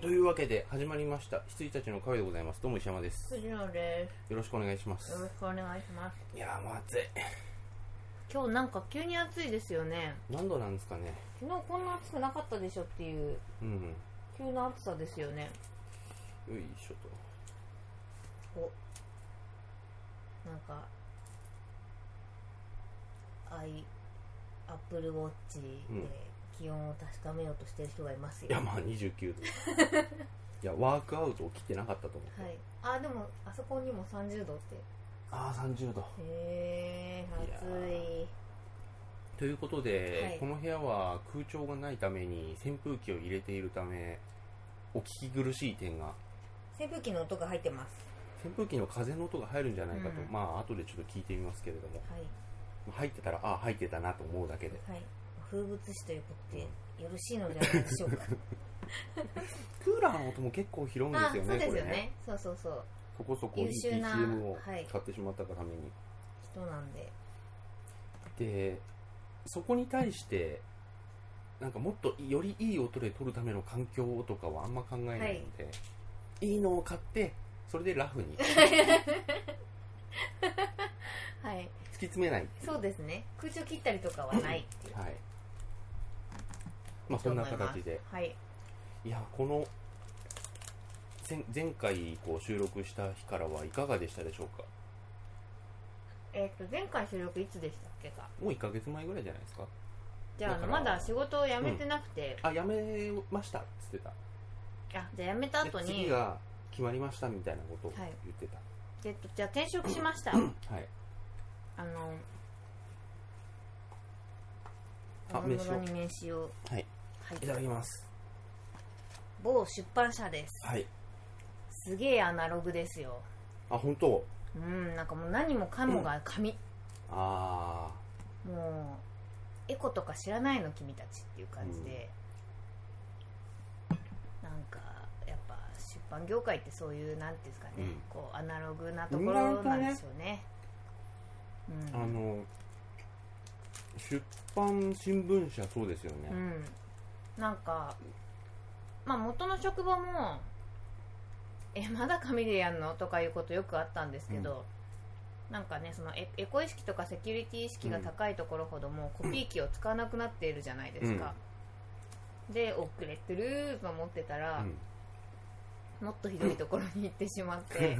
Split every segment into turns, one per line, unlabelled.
というわけで始まりました羊たちのカフェでございますどうも石山です
藤野で。
よろしくお願いします
よろ
す
しくお願いします。
いやーもう暑い
今日なんか急に暑いですよね。
何度なんですかね
昨日こんな暑くなかったでしょっていう
うん
急な暑さですよね。
よいしょと
お、なんか、アイアップルウォッチ
うん
で気温を確かめようとしてる人がいます
い
よ。
やまあ29度 いやワークアウトを切ってなかったと思って、
はい。あ、でもあそこにも30度って。
ああ30度
へえ、
いや
暑い。
ということで、
はい
この部屋は空調がないために扇風機を入れているためお聞き苦しい点が
扇風機の音が入ってます。
扇風機の風の音が入るんじゃないかと、
うん
まあ後でちょっと聞いてみますけれども
はい。
入ってたらああ入ってたなと思うだけで
はい、風物詩ということでよろしいのではないでしょうか。
クーラーの音も結構拾うんですよね
そうです
こ
よ
れ
ね
ね
そうそうそう
そこそこいい
優秀な
BGM を
はい
買ってしまったがために、
人なんで
でそこに対してなんかもっとよりいい音で撮るための環境とかはあんま考えないので、い、いのを買ってそれでラフに
はい
突き詰めないっていう
そうですね空調切ったりとかはないっていう
はいまあそんな形で
はい
いやこの前前回こう収録した日からはいかがでしたでしょうか
えっ、と前回収録いつでしたっけか
もう1ヶ月前ぐらいじゃないですか
じゃああの
だから
まだ仕事を辞めてなくて、
あやめましたっつってた
あじゃあ辞めた後
で
に
次が決まりましたみたいなことを
は
言
い
ってた、
えっとじゃあ転職しました
はい、
あの
あ
おもむろ
名
に名刺を
はい、
はい
いただきます
某出版社です
はい
すげえアナログですよ
あ本当
うんなんかもう何もかもが紙、
あ
もうエコとか知らないの君たちっていう感じで、なんかやっぱ出版業界ってそういうなんていうんですかね、
うん
こうアナログなところなんですよね
ああの出版新聞社そうですよ
うん、う
ね、
ん、なんかまあ元の職場もえまだ紙でやんのとかいうことよくあったんですけど、なんかねそのエエコ意識とかセキュリティ意識が高いところほどもうコピー機を使わなくなっているじゃないですか、で遅れてると思ってた
う
ら、
ん
もっとひどいところに行ってしまって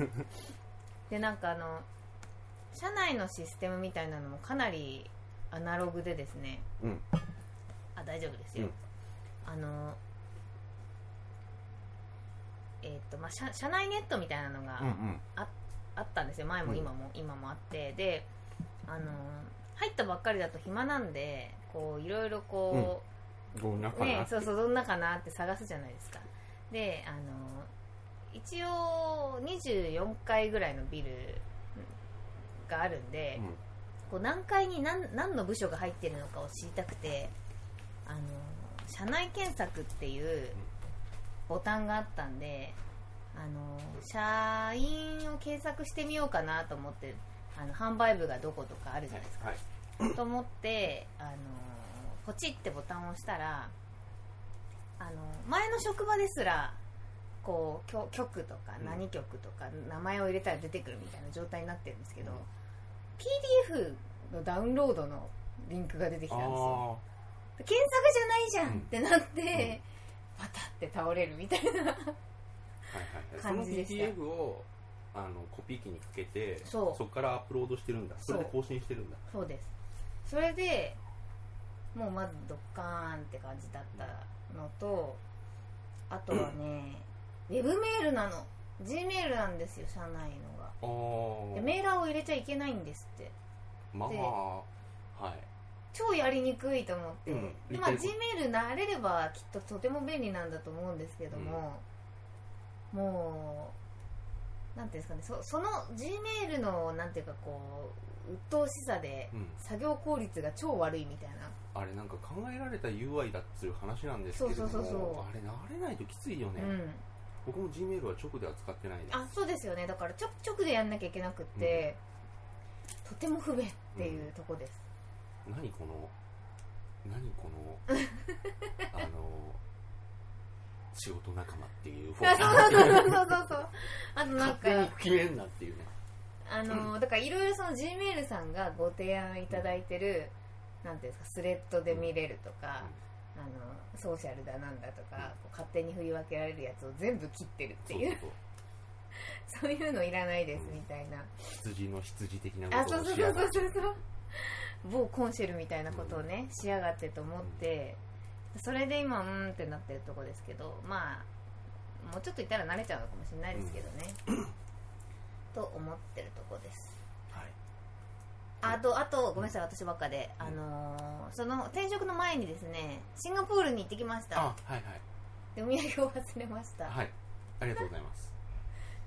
でなんかあの社内のシステムみたいなのもかなりアナログでですね
うん
あ大丈夫ですよ、
うん
あのえっ、とまあ社社内ネットみたいなのが
うんうん
あったんですよ前も
うん
今も、今もあってであの入ったばっかりだと暇なんでこういろいろこう、
どんなかな、
ね、そうそうどんなかなって探すじゃないですかであの一応24階ぐらいのビルがあるんで、
うん
こう何階に何何の部署が入ってるのかを知りたくてあの社内検索っていうボタンがあったんであの社員を検索してみようかなと思ってあの販売部がどことかあるじゃないですか、
はい
と思って、あのーポチってボタンを押したら、あの前の職場ですらこうきょ局とか
うん
何局とか名前を入れたら出てくるみたいな状態になってるんですけど、
うん
PDF のダウンロードのリンクが出てき
あ
たんですよ
あ
検索じゃないじゃんってなって、パタって倒れるみたいな
ーはいはいはい
感じでした
その PDF をあのコピー機にかけて
そう
こからアップロードしてるんだそれで
そう
更新してるんだ
そうですそれでもうまずドッカーンって感じだったのとあとはね、ウェブメールなの G メールなんですよ社内のが
ああ
でメーラーを入れちゃいけないんですって
まあ
で
はい
超やりにくいと思って、
うん
でまあ、
理
G
解
メール慣れればきっととても便利なんだと思うんですけども、もうなんていうんですかねそその G メールのなんていうかこう鬱陶しさで
うん
作業効率が超悪いみたいな
あれなんか考えられた UI だっつう話なんですけれども
そうそうそうそう
あれ慣れないときついよね、
うん、
僕も Gmail は直では使ってないです
あそうですよねだからちょくちょくでやんなきゃいけなくって、とても不便っていうとこです、
何こ の何このあの仕事仲間っていう
そうそうそうそうそう そうあとなん
勝手に
か
決めんなっていうね
あのだからいろいろその G メールさんがご提案いただいてる、なんていうんですかスレッドで見れるとか、あのソーシャルだなんだとか、こう勝手に振り分けられるやつを全部切ってるって
そう
い
そうそ
う
う
そういうのいらないですみたいな、
羊の羊的な
あ
こ
そ
と
う
を
そ
し
うそ
や
う
が
そ
っ
うそうそう某コンシェルみたいなことをね、しやがってと思ってそれで今うーんってなってるとこですけどまあもうちょっといたら慣れちゃうのかもしれないですけどね、と思ってるとこです
はい
あとあとごめんなさい私ばっかで、あのーその転職の前にですねシンガポールに行ってきました
あはい
でお土産を忘れました、
はいはいありがとうございます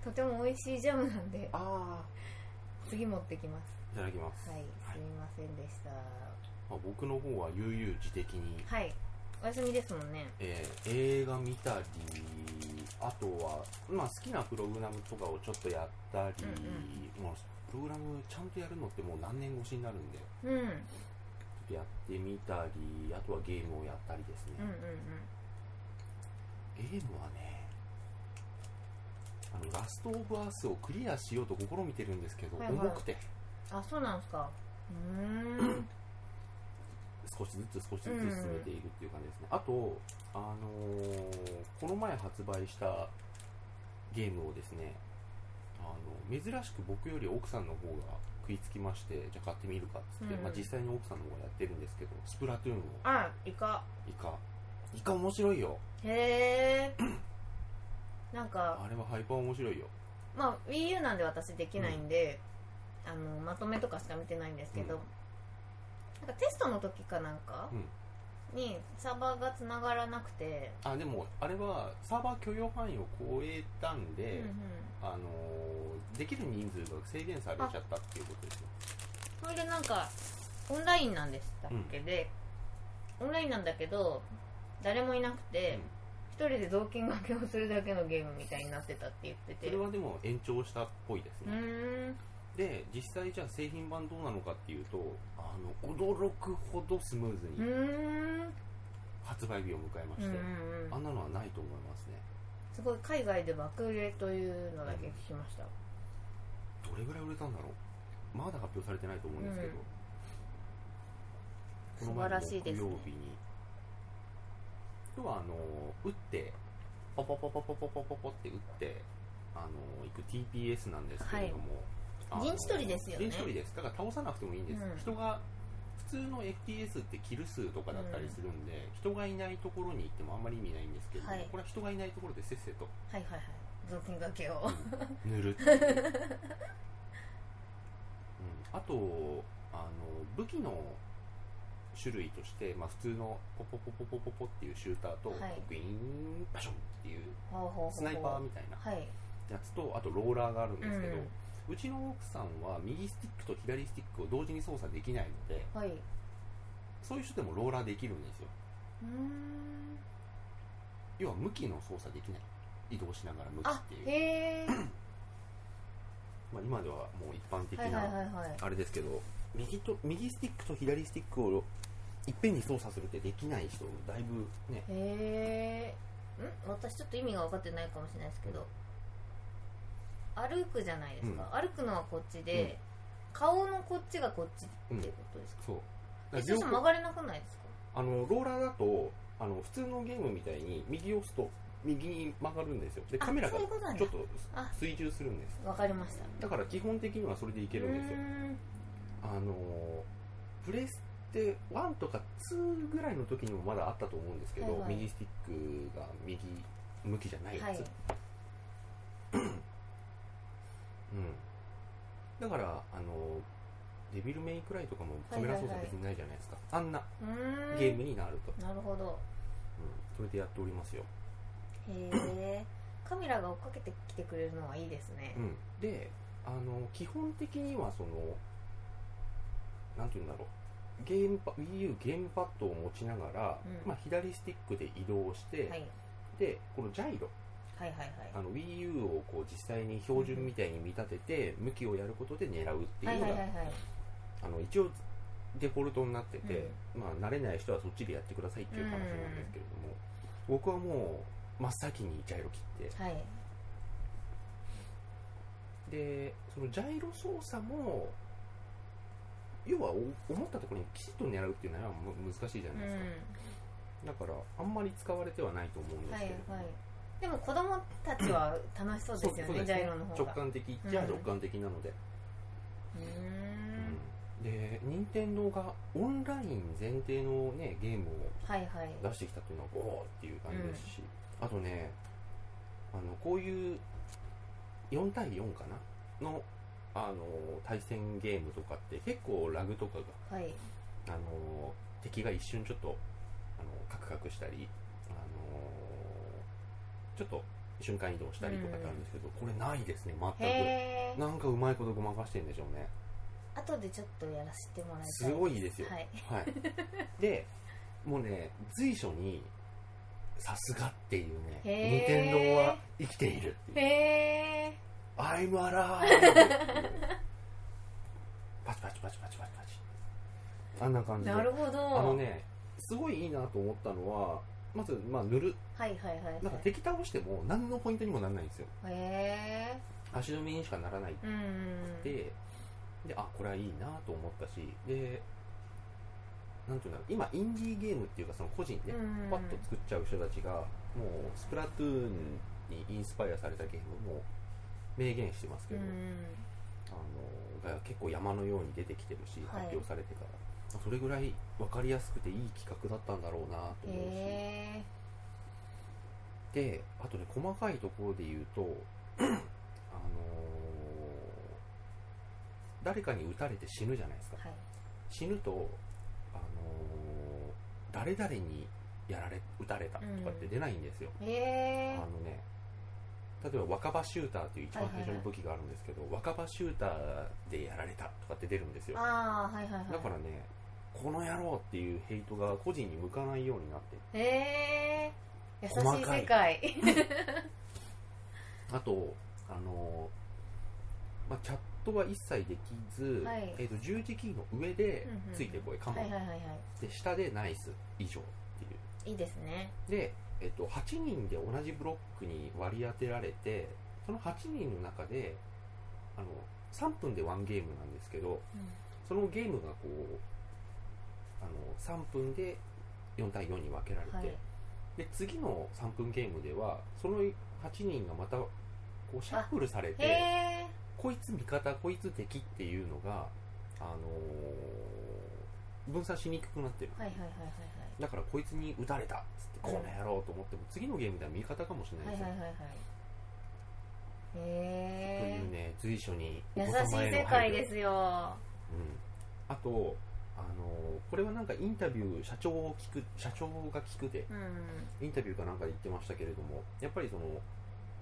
とても美味しいジャムなんで
ああ
次持ってきます
いただきます、
はいすみませんでした
まあ、僕の方は悠々自適に、
はいお休みですもんね
えー映画見たりあとは、まあ、好きなプログラムとかをちょっとやったり、まあ、プログラムちゃんとやるのってもう何年越しになるんでちょ
うんうんう
っ
ん
とやってみたりあとはゲームをやったりですね、
うん
ゲームはねあのラスト・オブ・アースをクリアしようと試みてるんですけど、
はいはい
重くて
あそうなんです かうーん
少しずつ少しずつ進めているっていう感じですね、あと、あのーこの前発売したゲームをですねあの珍しく僕より奥さんの方が食いつきましてじゃあ買ってみるかっつって、
うん
まあ、実際に奥さんの方がやってるんですけどスプラトゥーンを
あイカ
イカイカ面白いよ
へえなんか
あれはハイパー面白いよ
まあ WiiU なんで私できないんで、あのまとめとかしか見てないんですけど、
うん
なんかテストの時かなんか、にサーバーが繋がらなくて、
あでもあれはサーバー許容範囲を超えたんで、
うんうん、
あのーできる人数が制限されちゃったっていうことですよ
それでなんかオンラインなんでしたっけで、オンラインなんだけど誰もいなくて一、人で雑巾掛けをするだけのゲームみたいになってたって言って
そ
て
れはでも延長したっぽいです
う
ね、
ーん
で実際じゃあ製品版どうなのかっていうとあの驚くほどスムー
う
ズ
ー
に
ん
発売日を迎えま
うんう
し
ん
て、
うん
あんなのはないと思いますね
すごい海外で爆売れというのだけ聞きました、
どれぐらい売れたんだろうまだ発表されてないと思うんですけど、
素晴らしいですね
木曜日に今日はあの打ってポポポポポポポポポって打ってあの行く TPS なんですけれども、あの
陣地取りですよね
陣地取りですだから倒さなくてもいいんです、
うん
人が普通の FPS ってキル数とかだったりするんで、人がいないところに行ってもあんまり意味ないんですけど、
はい
これは人がいないところでせっせと
はいはいはい雑巾掛けを
塗るっていう、 うん、あとあの武器の種類として、まあ、普通のポポポポポポポっていうシューターと、
はい
グイーンパションっていう
ほうほうほうほう
スナイパーみたいな
はい
やつとあとローラーがあるんですけど、
う
うんちの奥さんは右スティックと左スティックを同時に操作できないので
はいう
そういう人でもローラーできるんですよ
ーん
要は向きの操作できない移動しながら向き
あ
っていう
へえ
まあ、今ではもう一般的
はいはいはい
な
はい
あれですけど右と右スティックと左スティックをいっぺんに操作するってできない人だいぶね
へえん私ちょっと意味が分かってないかもしれないですけど歩くじゃないですか、歩くのはこっちで、顔のこっちがこっちっていうことですか、
そう
えそうすると曲がれなくないですか
あのローラーだとあの普通のゲームみたいに右を押すと右に曲がるんですよで
あ
カメラが
そう
ち
いうことなんだ
ょっと
あ
水中するんです
分かりました
だから基本的にはそれでいけるんですよ
うーん
あのープレステ1とか2ぐらいの時にもまだあったと思うんですけど、
はいはい
右スティックが右向きじゃないやつ、
はい
うん、だからあのデビルメイクライとかもカメラ操作別にないじゃないですか、
う
あん
ーん
なゲームになると、
なるほ
う
ど
ん、それでやっておりますよ、
へ えカメラが追っかけてきてくれるのはいいですね
うん、であの基本的にはそのなんて言うんだろうゲームパ WiiU ゲームパッドを持ちながら、
うん
まあ、左スティックで移動して、
はい、
でこのジャイロ
はいはい
あの WiiU をこう実際に標準みたいに見立てて、向きをやることで狙うって
はいはいいうは
の
い
が、
はいはい
あの一応デフォルトになってて、まあ、慣れない人はそっちでやってくださいっていう話なんですけれども、僕はもう真っ先にジャイロ切って
はい
でそのジャイロ操作も要はお思ったところにきちっと狙うっていうのはむ難しいじゃ
う
ないですか、
ん
だからあんまり使われてはないと思うんです
はい
け
は
れど
い
も、
でも子供たちは楽しそうですよねジャイロの方
直
が
感的じゃあ
うん
直感的なので、
うー
うん
ん
で任天堂がオンライン前提の、ね、ゲームを
はいはい
出してきたというのはおーっていう感じですし、あとねあのこういう4対4かなのあの対戦ゲームとかって結構ラグとかが
はい
あの敵が一瞬ちょっとあのカクカクしたりあのちょっと瞬間移動したりとかってあるんですけど、これないですね全く。
へえ
なんかうまいことごまかしてんでしょうね。
後でちょっとやらせてもらいたい
すごいですよ。
はい
はい。で、もうね、随所に、さすがっていうね、任
へー
天堂は生きているっていう。
へえ
I'm alive! パチパチパチパチパチパチ。あんな感じで。
なるほど
あのね、すごいいいなと思ったのは、まず、まあ、塗る。
はいはいはい
なんか敵倒しても、何のポイントにもならないんですよ。
はいへ
足止めにしかならない
えうん
でであこれはいいなと思ったしでなんていうんだろう今インディーゲームっていうかその個人で
うん
パッと作っちゃう人たちがもうスプラトゥーンにインスパイアされたゲームも明言してますけ
う
ど、あ
ん
のが結構山のように出てきてるし
はい
発表されてから、それぐらい分かりやすくていい企画だったんだろうなと思うし、
へえ
であとね細かいところで言うと あのー誰かに撃たれて死ぬじゃないですか
はい
死ぬと、あのー誰々にやられ撃たれたとかって出ないんですよ、
へえ
あのね例えば若葉シューターという一番最初の武器があるんですけど、若葉シューターでやられたとかって出るんですよ
ああはいはいはい
だからねこの野郎っていうヘイトが個人に向かないようになって
へえ優しい
細 かい
世界
あと、あのーまあ、チャットは一切できず、
はい
えー、と十字キーの上で
うんうん
ついてこい、カ
はい
モン、
はいはいは
で下でナイス以上っていう
いいいですね
で、えー、と8人で同じブロックに割り当てられてその8人の中であの3分でワンゲームなんですけどそのゲームがこうあの3分で4対4に分けられて、
はい
で次の3分ゲームではその8人がまたこうシャッフルされて
へえ
こいつ味方こいつ敵っていうのが、あのー分散しにくくなってる
はいはいはいはい
だからこいつに撃たれたっつってこの野郎と思っても次のゲームでは味方かもしれな
はいい
です
は
よ、
いはいはいはい
と
へ
いうね随所に
え優しい世界ですよ
うん、あと、あのーこれはなんかインタビュー社長を聞く社長が聞くで
うん
インタビューかなんかで言ってましたけれどもやっぱりその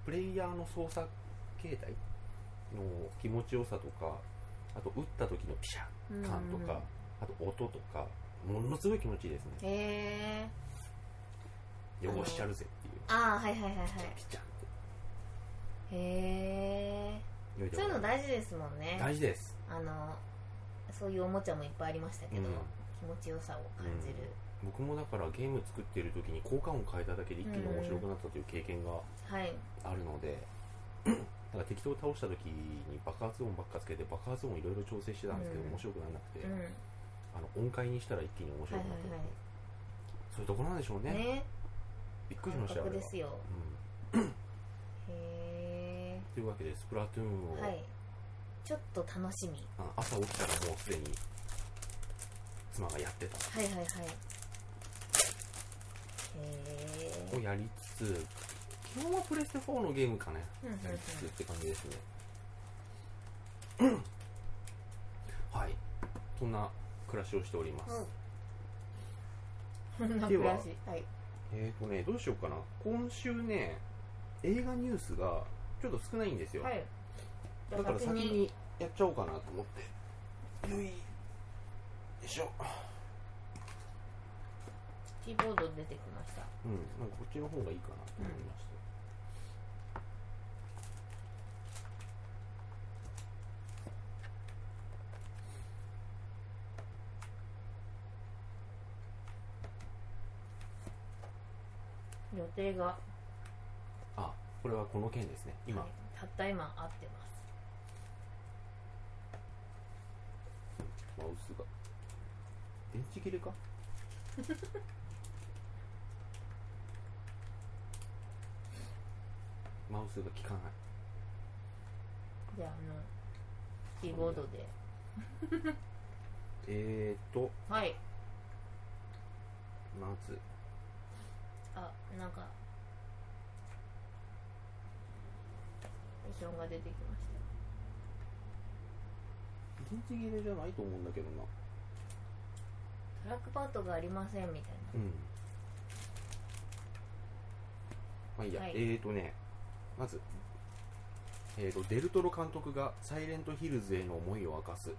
プレイヤーの操作形態の気持ちよさとかあと打った時のピシャ
うん
感とか、あと音とかものすごい気持ちいいですね
へえ
汚しちゃるぜっていう
ああはいはいはいはい
ピチャンって
へえ
良いで
そう
ござ
いう
い
の
ま
大事ですもん
す
ね
大事です、
あのそういうおもちゃもいっぱいありましたけど、
うん
気持ちよさを感じる、
僕もだからゲーム作ってる時に効果音変えただけで一気に面白くなったという経験が
はい
あるの で、なんか適当に倒した時に爆発音ばっかつけて爆発音いろいろ調整してたんですけど、
うん
面白くならなくて、
うん
あの音階にしたら一気に面白くなった、
はいはいはい
そういうところなんでしょうね
ね
びっくりし
感
ましたよあ
覚
れ
で
は、
すよ
うん、
へ
というわけでスプラトゥーンを、
えはいちょっと楽しみ
あの朝起きたらもうすでに妻がやってた
はいはいはいへ
を
え
やりつつ基本はプレステ4のゲームかね
うんうんうん
やりつつって感じですね、はいそんな暮らしをしております、
うんこんな暮らしはい
えーとねどうしようかな今週ね映画ニュースがちょっと少ないんですよ、
はいじゃ
だ
あ
から
先
先
に
にやっちゃおうかなと思ってよいよいしょ
キーボード出てきました
うんなんかこっちの方がいいかなと思いました、
予定が
これはこの件ですね今、
はいたった今合ってます
マウスが電池切れか マウスが効かない
じゃああのキーボードで
えーと
はい
まず
あなんかミッションが出てきまし
電池切れじゃないと思うんだけどな
たトラックパッドがありませんみたいな
うんまあいいや、
はい
えーとねまずえーとデルトロ監督が「サイレントヒルズ」への思いを明かす
う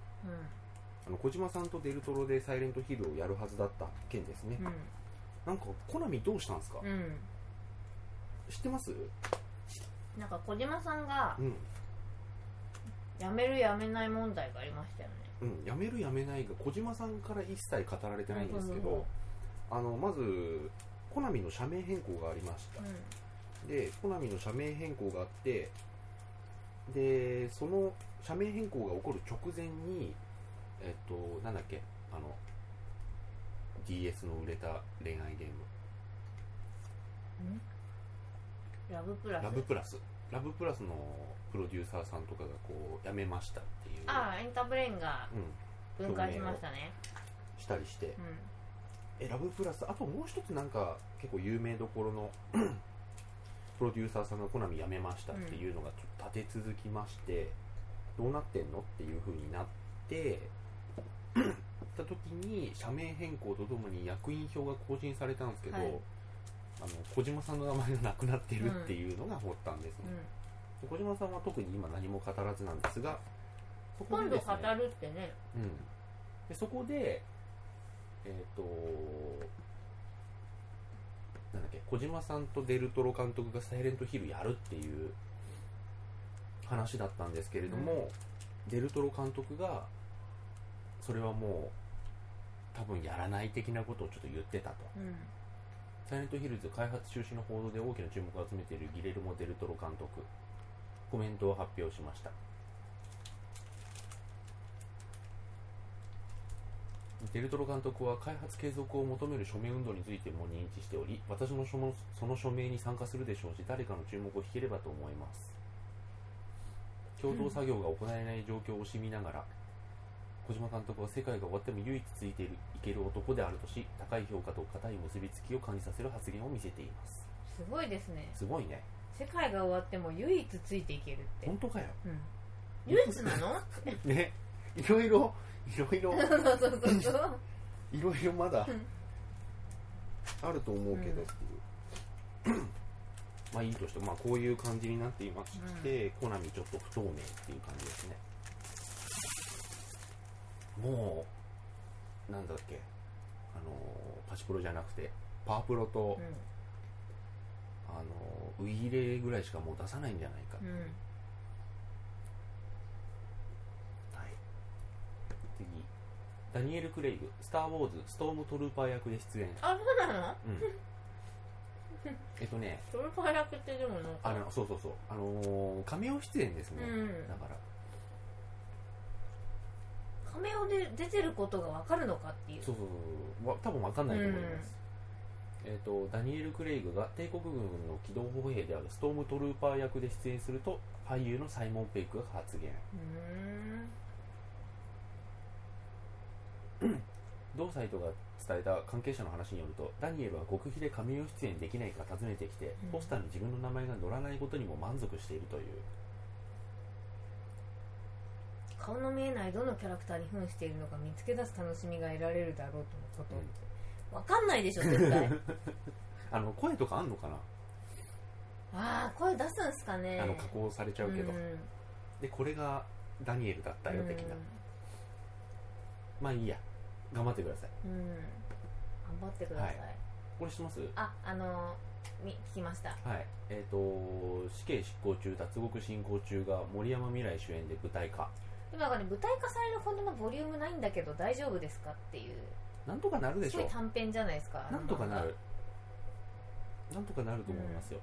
あの小島さんとデルトロで「サイレントヒル」をやるはずだった件ですね、
ん
なんかコナミどうしたんですか、
うんうん
知ってます
なんか小島さんが
うん
辞める辞めない問題がありましたよね
うん、やめるやめないが小島さんから一切語られてないんですけど、あのまずコナミの社名変更がありました
うん、
でコナミの社名変更があってでその社名変更が起こる直前にえっとなんだっけあの DS の売れた恋愛ゲーム
ラブプラス
ラブプラスラブプラスのプロデューサーさんとかがこう辞めましたっていう
ああエンタブレインが
うん、
分解しましたね
したりして
うん
えラブプラスあともう一つなんか結構有名どころの プロデューサーさんがコナミ辞めましたっていうのがちょっと立て続きまして、どうなってんのっていう風になって た時に社名変更とともに役員票が更新されたんですけど、
はい
あの小島さんの名前がなくなってるっていうのが発端です
う
ね、
ん
で小島さんは特に今何も語らずなんですがそこ
今
で
度
です
語
ね
るってね
うん、でそこで、えっとなんだっけ小島さんとデルトロ監督が「サイレントヒル」やるっていう話だったんですけれども、デルトロ監督がそれはもう多分やらない的なことをちょっと言ってたと
うん
「サイレントヒルズ」開発中止の報道で大きな注目を集めているギレルモ・デルトロ監督コメントを発表しましたデルトロ監督は開発継続を求める署名運動についても認知しており私もそのその署名に参加するでしょうし誰かの注目を引ければと思います共同作業が行えない状況を惜しみながら、小島監督は世界が終わっても唯一ついているいける男であるとし高い評価と固い結びつきを感じさせる発言を見せています
すごいですね
すごいね
世界が終わっても唯一ついていけるって、
本当かよ
うん、唯一なの
ねいろいろいろいろ
そうそうそうそう
いろいろまだ
うん
あると思うけどっていう
うん、
まあいいとしても、まあ、こういう感じになっていまして、コナミちょっと不透明っていう感じですねもうなんだっけあのーパチプロじゃなくてパワプロと、あのーウイイレぐらいしかもう出さないんじゃないか、
うん、うん、
はい、次ダニエル・クレイグ「スター・ウォーズストームトルーパー役で出演」
あそうなの
うん、 えっとね
トルパーラクってでもなんか
あのそうそうそうあのー、亀尾出演です
う
ね、
ん
だから
仮面をで出てることがわかるのかっていう
そうそうそうわ多分わかんないと思います、えっとダニエル・クレイグが帝国軍の機動歩兵であるストームトルーパー役で出演すると俳優のサイモン・ペイクが発言
うーん
同サイトが伝えた関係者の話によるとダニエルは極秘で神を出演できないか尋ねてきて
うん
ポスターに自分の名前が載らないことにも満足しているという
顔の見えないどのキャラクターに扮しているのか見つけ出す楽しみが得られるだろうとのことわかんないでしょ 絶対
あの声とかあんのかな、
ああ声出すんすかね
あの加工されちゃうけど、
うん
でこれがダニエルだったよ的な、まあいいや頑張ってください
うん、うん頑張ってください、
はこれ知ってます
ああのみ聞きました
はいえっ、と死刑執行中脱獄進行中が森山未来主演で舞台化
今なんかね舞台化されるほどのボリュームないんだけど大丈夫ですかっていう
なんとかなるですし
ごい
ょ
短編じゃないですか
なんとかなるなんとかなると思いますよ、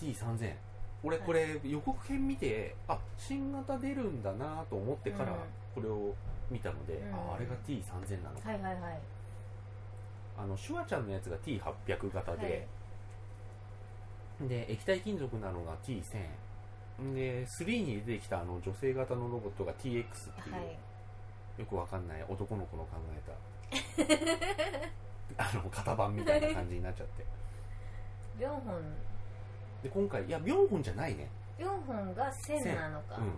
ST3000 俺これ予告編見て、あ新型出るんだなと思ってから
うん
これを見たので、
うん
ああれが T3000 なのか、
はいはいはい
あのシュワちゃんのやつが T800 型で、
は
で液体金属なのが T1000 で3に出てきたあの女性型のロボットが TX っていう、
はい
よくわかんない男の子の考えたあの型番みたいな感じになっちゃって
4本
で今回いや4本じゃないね
4本が1000なのか、
うん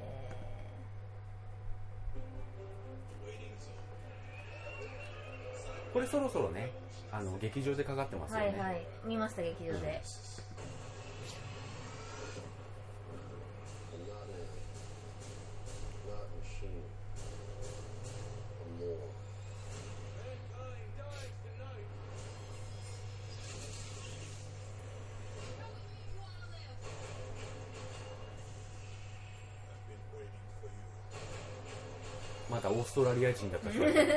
え
これそろそろねあの劇場でかかってま
ー
すよ
は
ね、
いはい見ました劇場で、
I'm not a not a machine. I'm more. I've been waiting for you.
まだオーストラリア人だった 人が
Chewie, there is this evolving. 未来を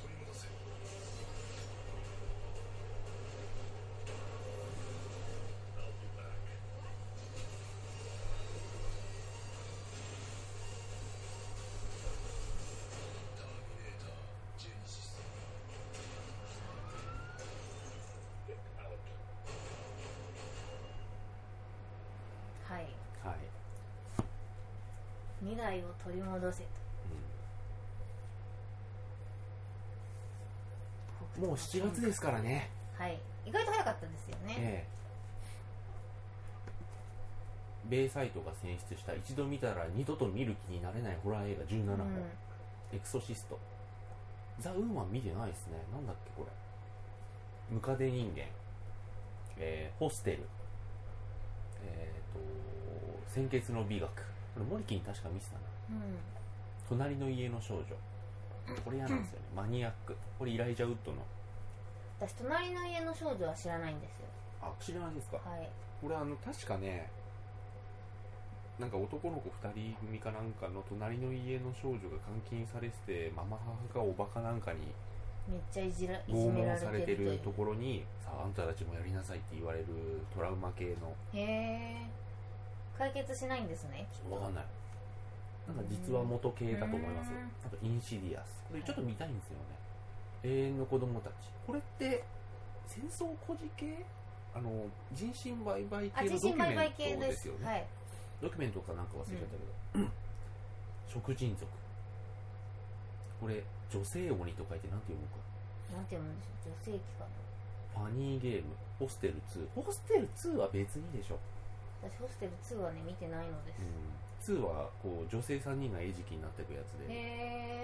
取り戻せ。I'll be back. ターミネータージェネシス。Get out.
はい
はい、
未来を取り戻せと
うんもう7月ですからね、
はい意外と早かったですよね、
ええ米サイトが選出した一度見たら二度と見る気になれないホラー映画17
う
本、
ん
エクソシストザ・ウーマン見てないですねなんだっけこれムカデ人間、えーホステルえっ、と「鮮血の美学」これモリキン確か見てたな
うん
「隣の家の少女」これ嫌なんですよねマニアックこれイライジャウッドの
私隣の家の少女は知らないんですよ
あ知らないですか
はい
これあの確かねなんか男の子2人組かなんかの隣の家の少女が監禁されててママ母がおバカなんかに
めっちゃいじらいじ
拷
めら
問さ
れ
れ
て
て
るという
るところにさああんたたちもやりなさいって言われるトラウマ系の
へえ解決しないんですね
わかんないなんか実は元系だと思いますよ
うん
あとインシディアスこれちょっと見たいんですよね、永遠の子供たちこれって戦争孤児系あの人身売買
あ
系
自
のドキュ
身売
メ
買
ン
系
ト
で
です
す
よね
はい
ドキュメントかなんか忘れちゃったけど、食人族これ女性鬼と書いて何て読むか
なんて読むんでしょう女性器かな
ファニーゲームホステル2ホステル2は別にでしょ、
私ホステル2はね見てないのです、
うん、2はこう女性3人が餌食になってくやつで
へ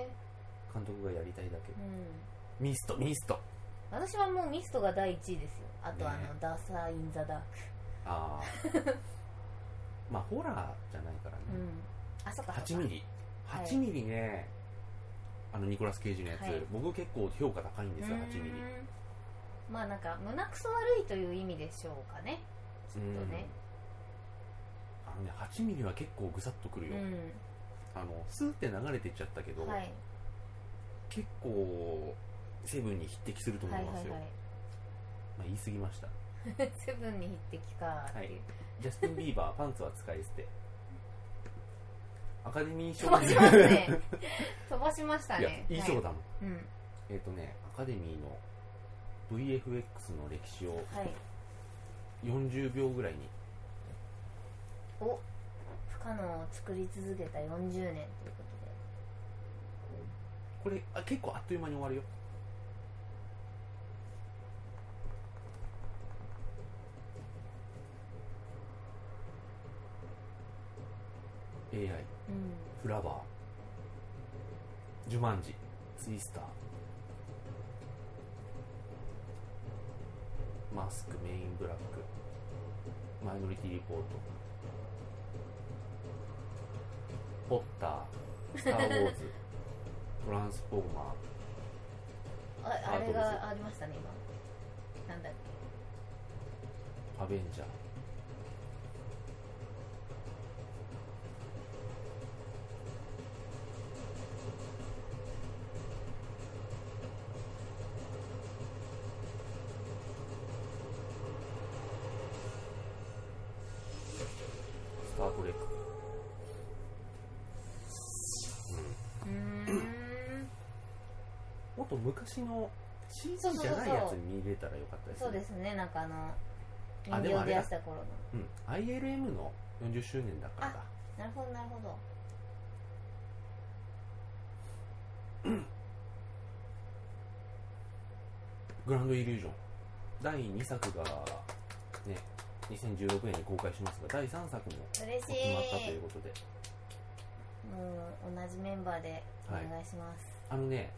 え
監督がやりたいだけ
うん
ミストミスト
私はもうミストが第1位ですよあとあの、
ね
ダーサー・イン・ザ・ダーク、
ああ まあホラーじゃないから
う
ね、
ん、あそっかそっか
8ミリ
はい
8ミリね、あのニコラス・ケイジのやつ、
はい
僕結構評価高いんですよ
うーん
8ミリ
まあなんか胸くそ悪いという意味でしょうかねきっとね
うん、あのね8ミリは結構ぐさっとくるよ、
う
あのスーって流れてっちゃったけど、
んはい
結構セブンに匹敵すると思
はいい
ま
は
す
い
よ、
はい
まあ、言い過ぎました
セブンに匹敵かっていう、
ジャスティン・ビーバーパンツは使い捨てアカデミー賞
飛ばしますね 飛ばしました
いや
ね
いい
はい
賞だもん、
うん
えっ、とねアカデミーの VFX の歴史を
はい
40秒ぐらいに
お不可能を作り続けた40年ということで
これあ結構あっという間に終わるよえ AI
うん
フラワージュマンジツイスターマスクメインブラックマイノリティリポートポッタースター・ウォーズトランスフォーマ
あ
あ
あれ
どうぞ
がありましたね今なんだっけ
ーアベンジャーっと昔の CD
そうそうそう
じゃないやつ見れたらよかったですね
そうですねなんかあの
あで
人
もあれ
形
だ
でやってた頃の
うん ILM の40周年だからだ
なるほどなるほど
グランドイリュージョン第2作がね2016年に公開しますが第3作も
嬉し
決まったとい
いう
ことで
もう同じメンバーでお
はい
願いします、
あのね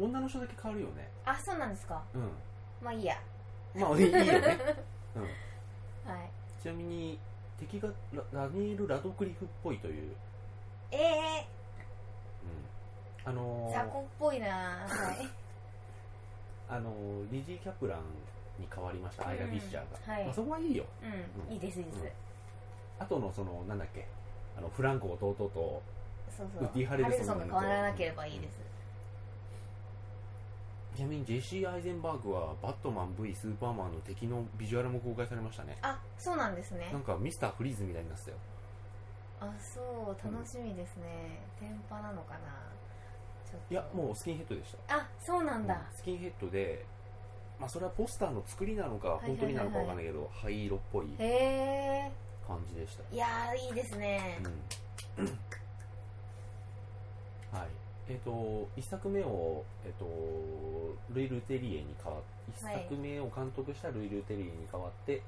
女の人だけ変わるよね
あそうなんですか
う
まあいいや
んまあいいよね、 うん、
はい
ちなみに敵がララニール・ラドクリフっぽいという、
ええ
うん、あの
ー、
ー
雑魚っぽいなーはい
あのーリジー・キャプランに変わりました、アイラ・フィッシャーが、
はい
まあ、そこはいいよ
うん、いいですいいです、
うんあとのそのなんだっけあのフランコ弟と
そうそ
ウ
う
ッディハレルソン
が変わらなければいいです、
ちなみにジェシー・アイゼンバーグはバットマン V スーパーマンの敵のビジュアルも公開されましたね
あそうなんですね
なんかミスター・フリーズみたいになってたよ
あそう楽しみですね、天パなのかなちょっ
い
と
やもうスキンヘッドでした
あそうなんだ、
うんスキンヘッドでまあそれはポスターの作りなのか
いはいはいはい
本当になのかわかんないけど灰色っぽい
へ
感じでした
えいやーいいですね、
うんはいえっ、と1作目を、えっとルイ・ルテリエに変わ
はい
1作目を監督したルイ・ルテリエに代わって、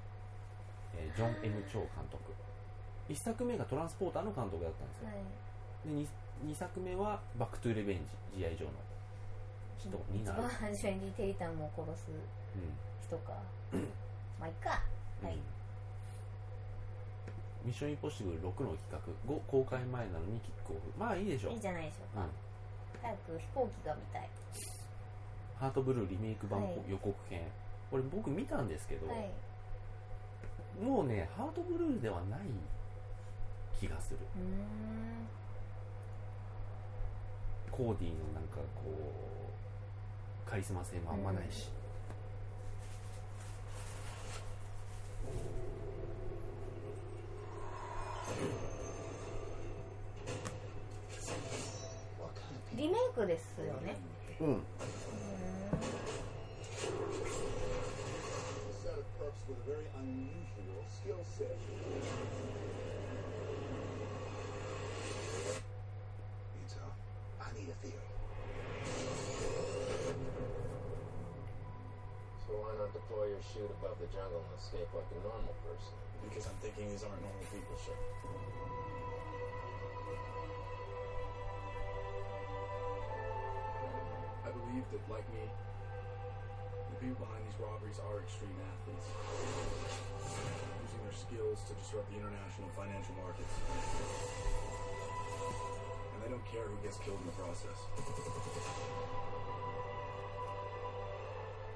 えージョン・エム・チョウ監督1作目がトランスポーターの監督だったんですよ、
はい
で 2, 作目はバック・トゥ・レベンジ GI 上の人に
一
なる、
番初めにテリタンを殺す
うん
人か まあいっかはい
うんミッションインポッシブル6の企画5公開前なのにキックオフまあいいでしょう
いいじゃないでしょうか、
うん
早く飛行機が見たい
ハートブルーリメイク版
はい
予告編、これ僕見たんですけど、
はい
もうねハートブルーではない気がする
うーん
コーディのなんかこうカリスマ性もあんまないし、
リメイクですよね
うん、
うーん
A set of perks with a very unusual skill set. Utah, I need a theory.
So why not deploy your chute above the jungle and escape like a normal person?
Because I'm thinking these aren't normal people, sir. I believe that, like me, the people behind these robberies are extreme athletes. Using their skills to disrupt the international financial markets. And they don't care who gets killed in the process.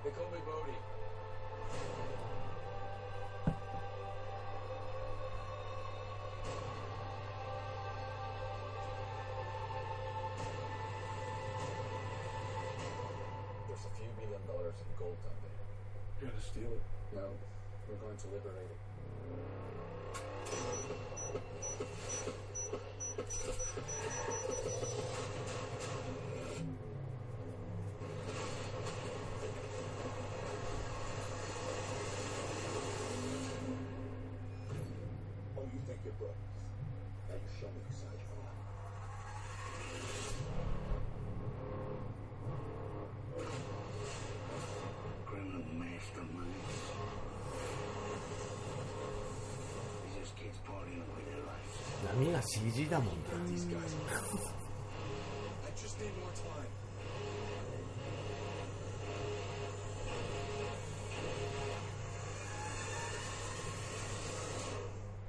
They call me Bodhi.
There's a few billion dollars in gold out there.
You're gonna steal it? No, we're going to liberate it. Oh, you think you're broke? Now you show me who side you're on. Criminal masterminds. These just kids partying away their lives.
波が CG だもんね
These guys. I just need more time.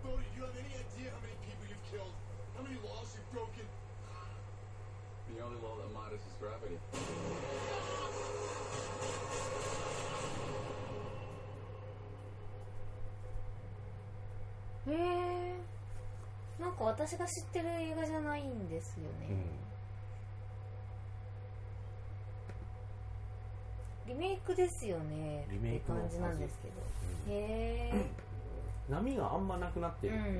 Bodhi, do you have any idea how many people you've killed? How many laws you've broken? The only law that matters is gravity.
へえなんか私が知ってる映画じゃないんですよ
う
ね、
ん
リメイクですよね
リメイク
っ
のは
て感
ず
じなんですけどへえ
波があんまなくなって
うん
る、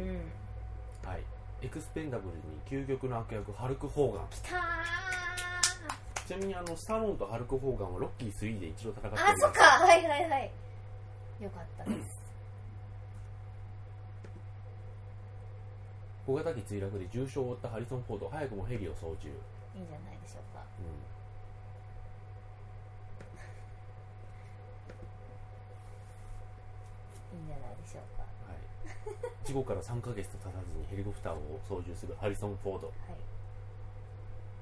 うん
はいエクスペンダブルに究極の悪役ハルク・ホーガン
きたー
ちなみにあのスタローンとハルク・ホーガンはロッキー3で一度戦っており
あ
ます
そっかはいはいはいよかったです
小型機墜落で重傷を負ったハリソン・フォード早くもヘリを操縦、
いいんじゃないでしょうかいいんじゃないでしょうか
はい、事故から3ヶ月と経たずにヘリコプターを操縦するハリソン・フォード
はい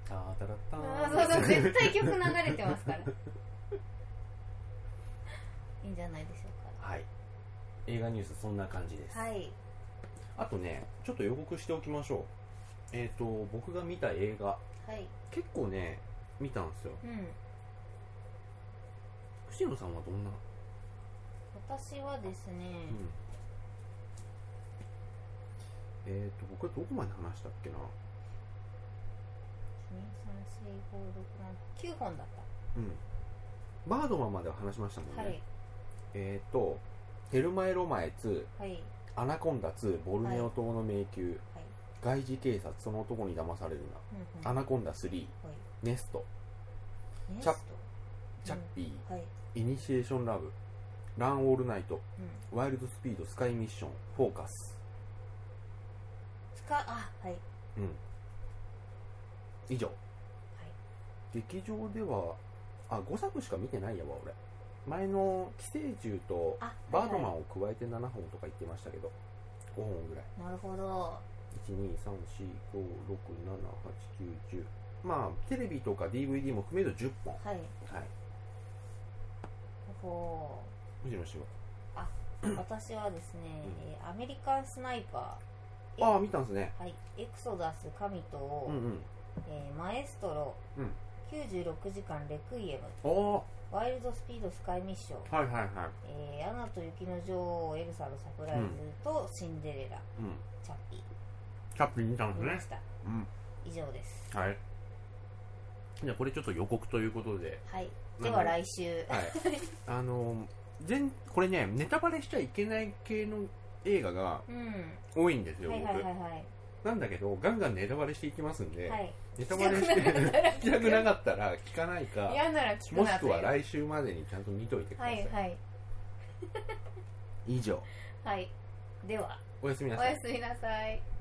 タータラッタ
あ
ーン
ーそうそう絶対曲流れてます からいいんじゃないでしょう
はい映画ニュースそんな感じです、
かはい
あとねちょっと予告しておきましょうえっ、と僕が見た映画
はい
結構ね見たんですよ
うん
串野さんはどんな、
私はですね、
うんえっ、と僕はどこまで話したっけな
1 2 3 4 5 6 7 9本だっ
うんバードマンまでは話しましたもん
た、
ね、
はい
えっ、と「テルマエロマエ2」
はい
「アナコンダ2」「ボルネオ島の迷宮」
はい
外事警察その男に騙される
うんうん
な」「アナコンダ3」
はい
「ネスト」
ネス
チャ
ト
ッ「チャッピー」
はい
イニシエーションラブ」「ランオールナイト」
う
「
ん
ワイルドスピードスカイミッション」「フォーカス
スカあはい」
うん以上、劇場ではあ5作しか見てないやわ俺前の「寄生獣」と
あ
「バードマ
はい
ン」を加えて7本とか言ってましたけど5本ぐらい
はいなるほど
12345678910まあテレビとか DVD も含めると10本
はい
はい
ほほ
むしろしろ
ー私はですね、
う
えーアメリカンスナイパえ
ああ見たんですね
ーはいエクソダス神と、
うんうん
えーマエストロ、
うん
96時間レクイエム
お
ワイルドスピードスカイミッション、
あはいはいはい
えーアナと雪の女王エルサのサプライズとシンデレラ、
うん
チャッピー
キャップ見たん
見ました、
うん
以上です
はいじゃあこれちょっと予告ということで
はい
うん
では来週
はい あの全これねネタバレしちゃいけない系の映画が
うん
多いんですよ、
はいはいはいは
僕なんだけどガンガンネタバレしていきますんで、
いはい
ネタバレして 聞きたくなかったら聞かないか
嫌なら聞く
も
な
し
と
く
いう
は来週までにちゃんと見といてくだ
は
さい、
いはい
以上
はいでは
おやすみな
お
さい
やすみなさい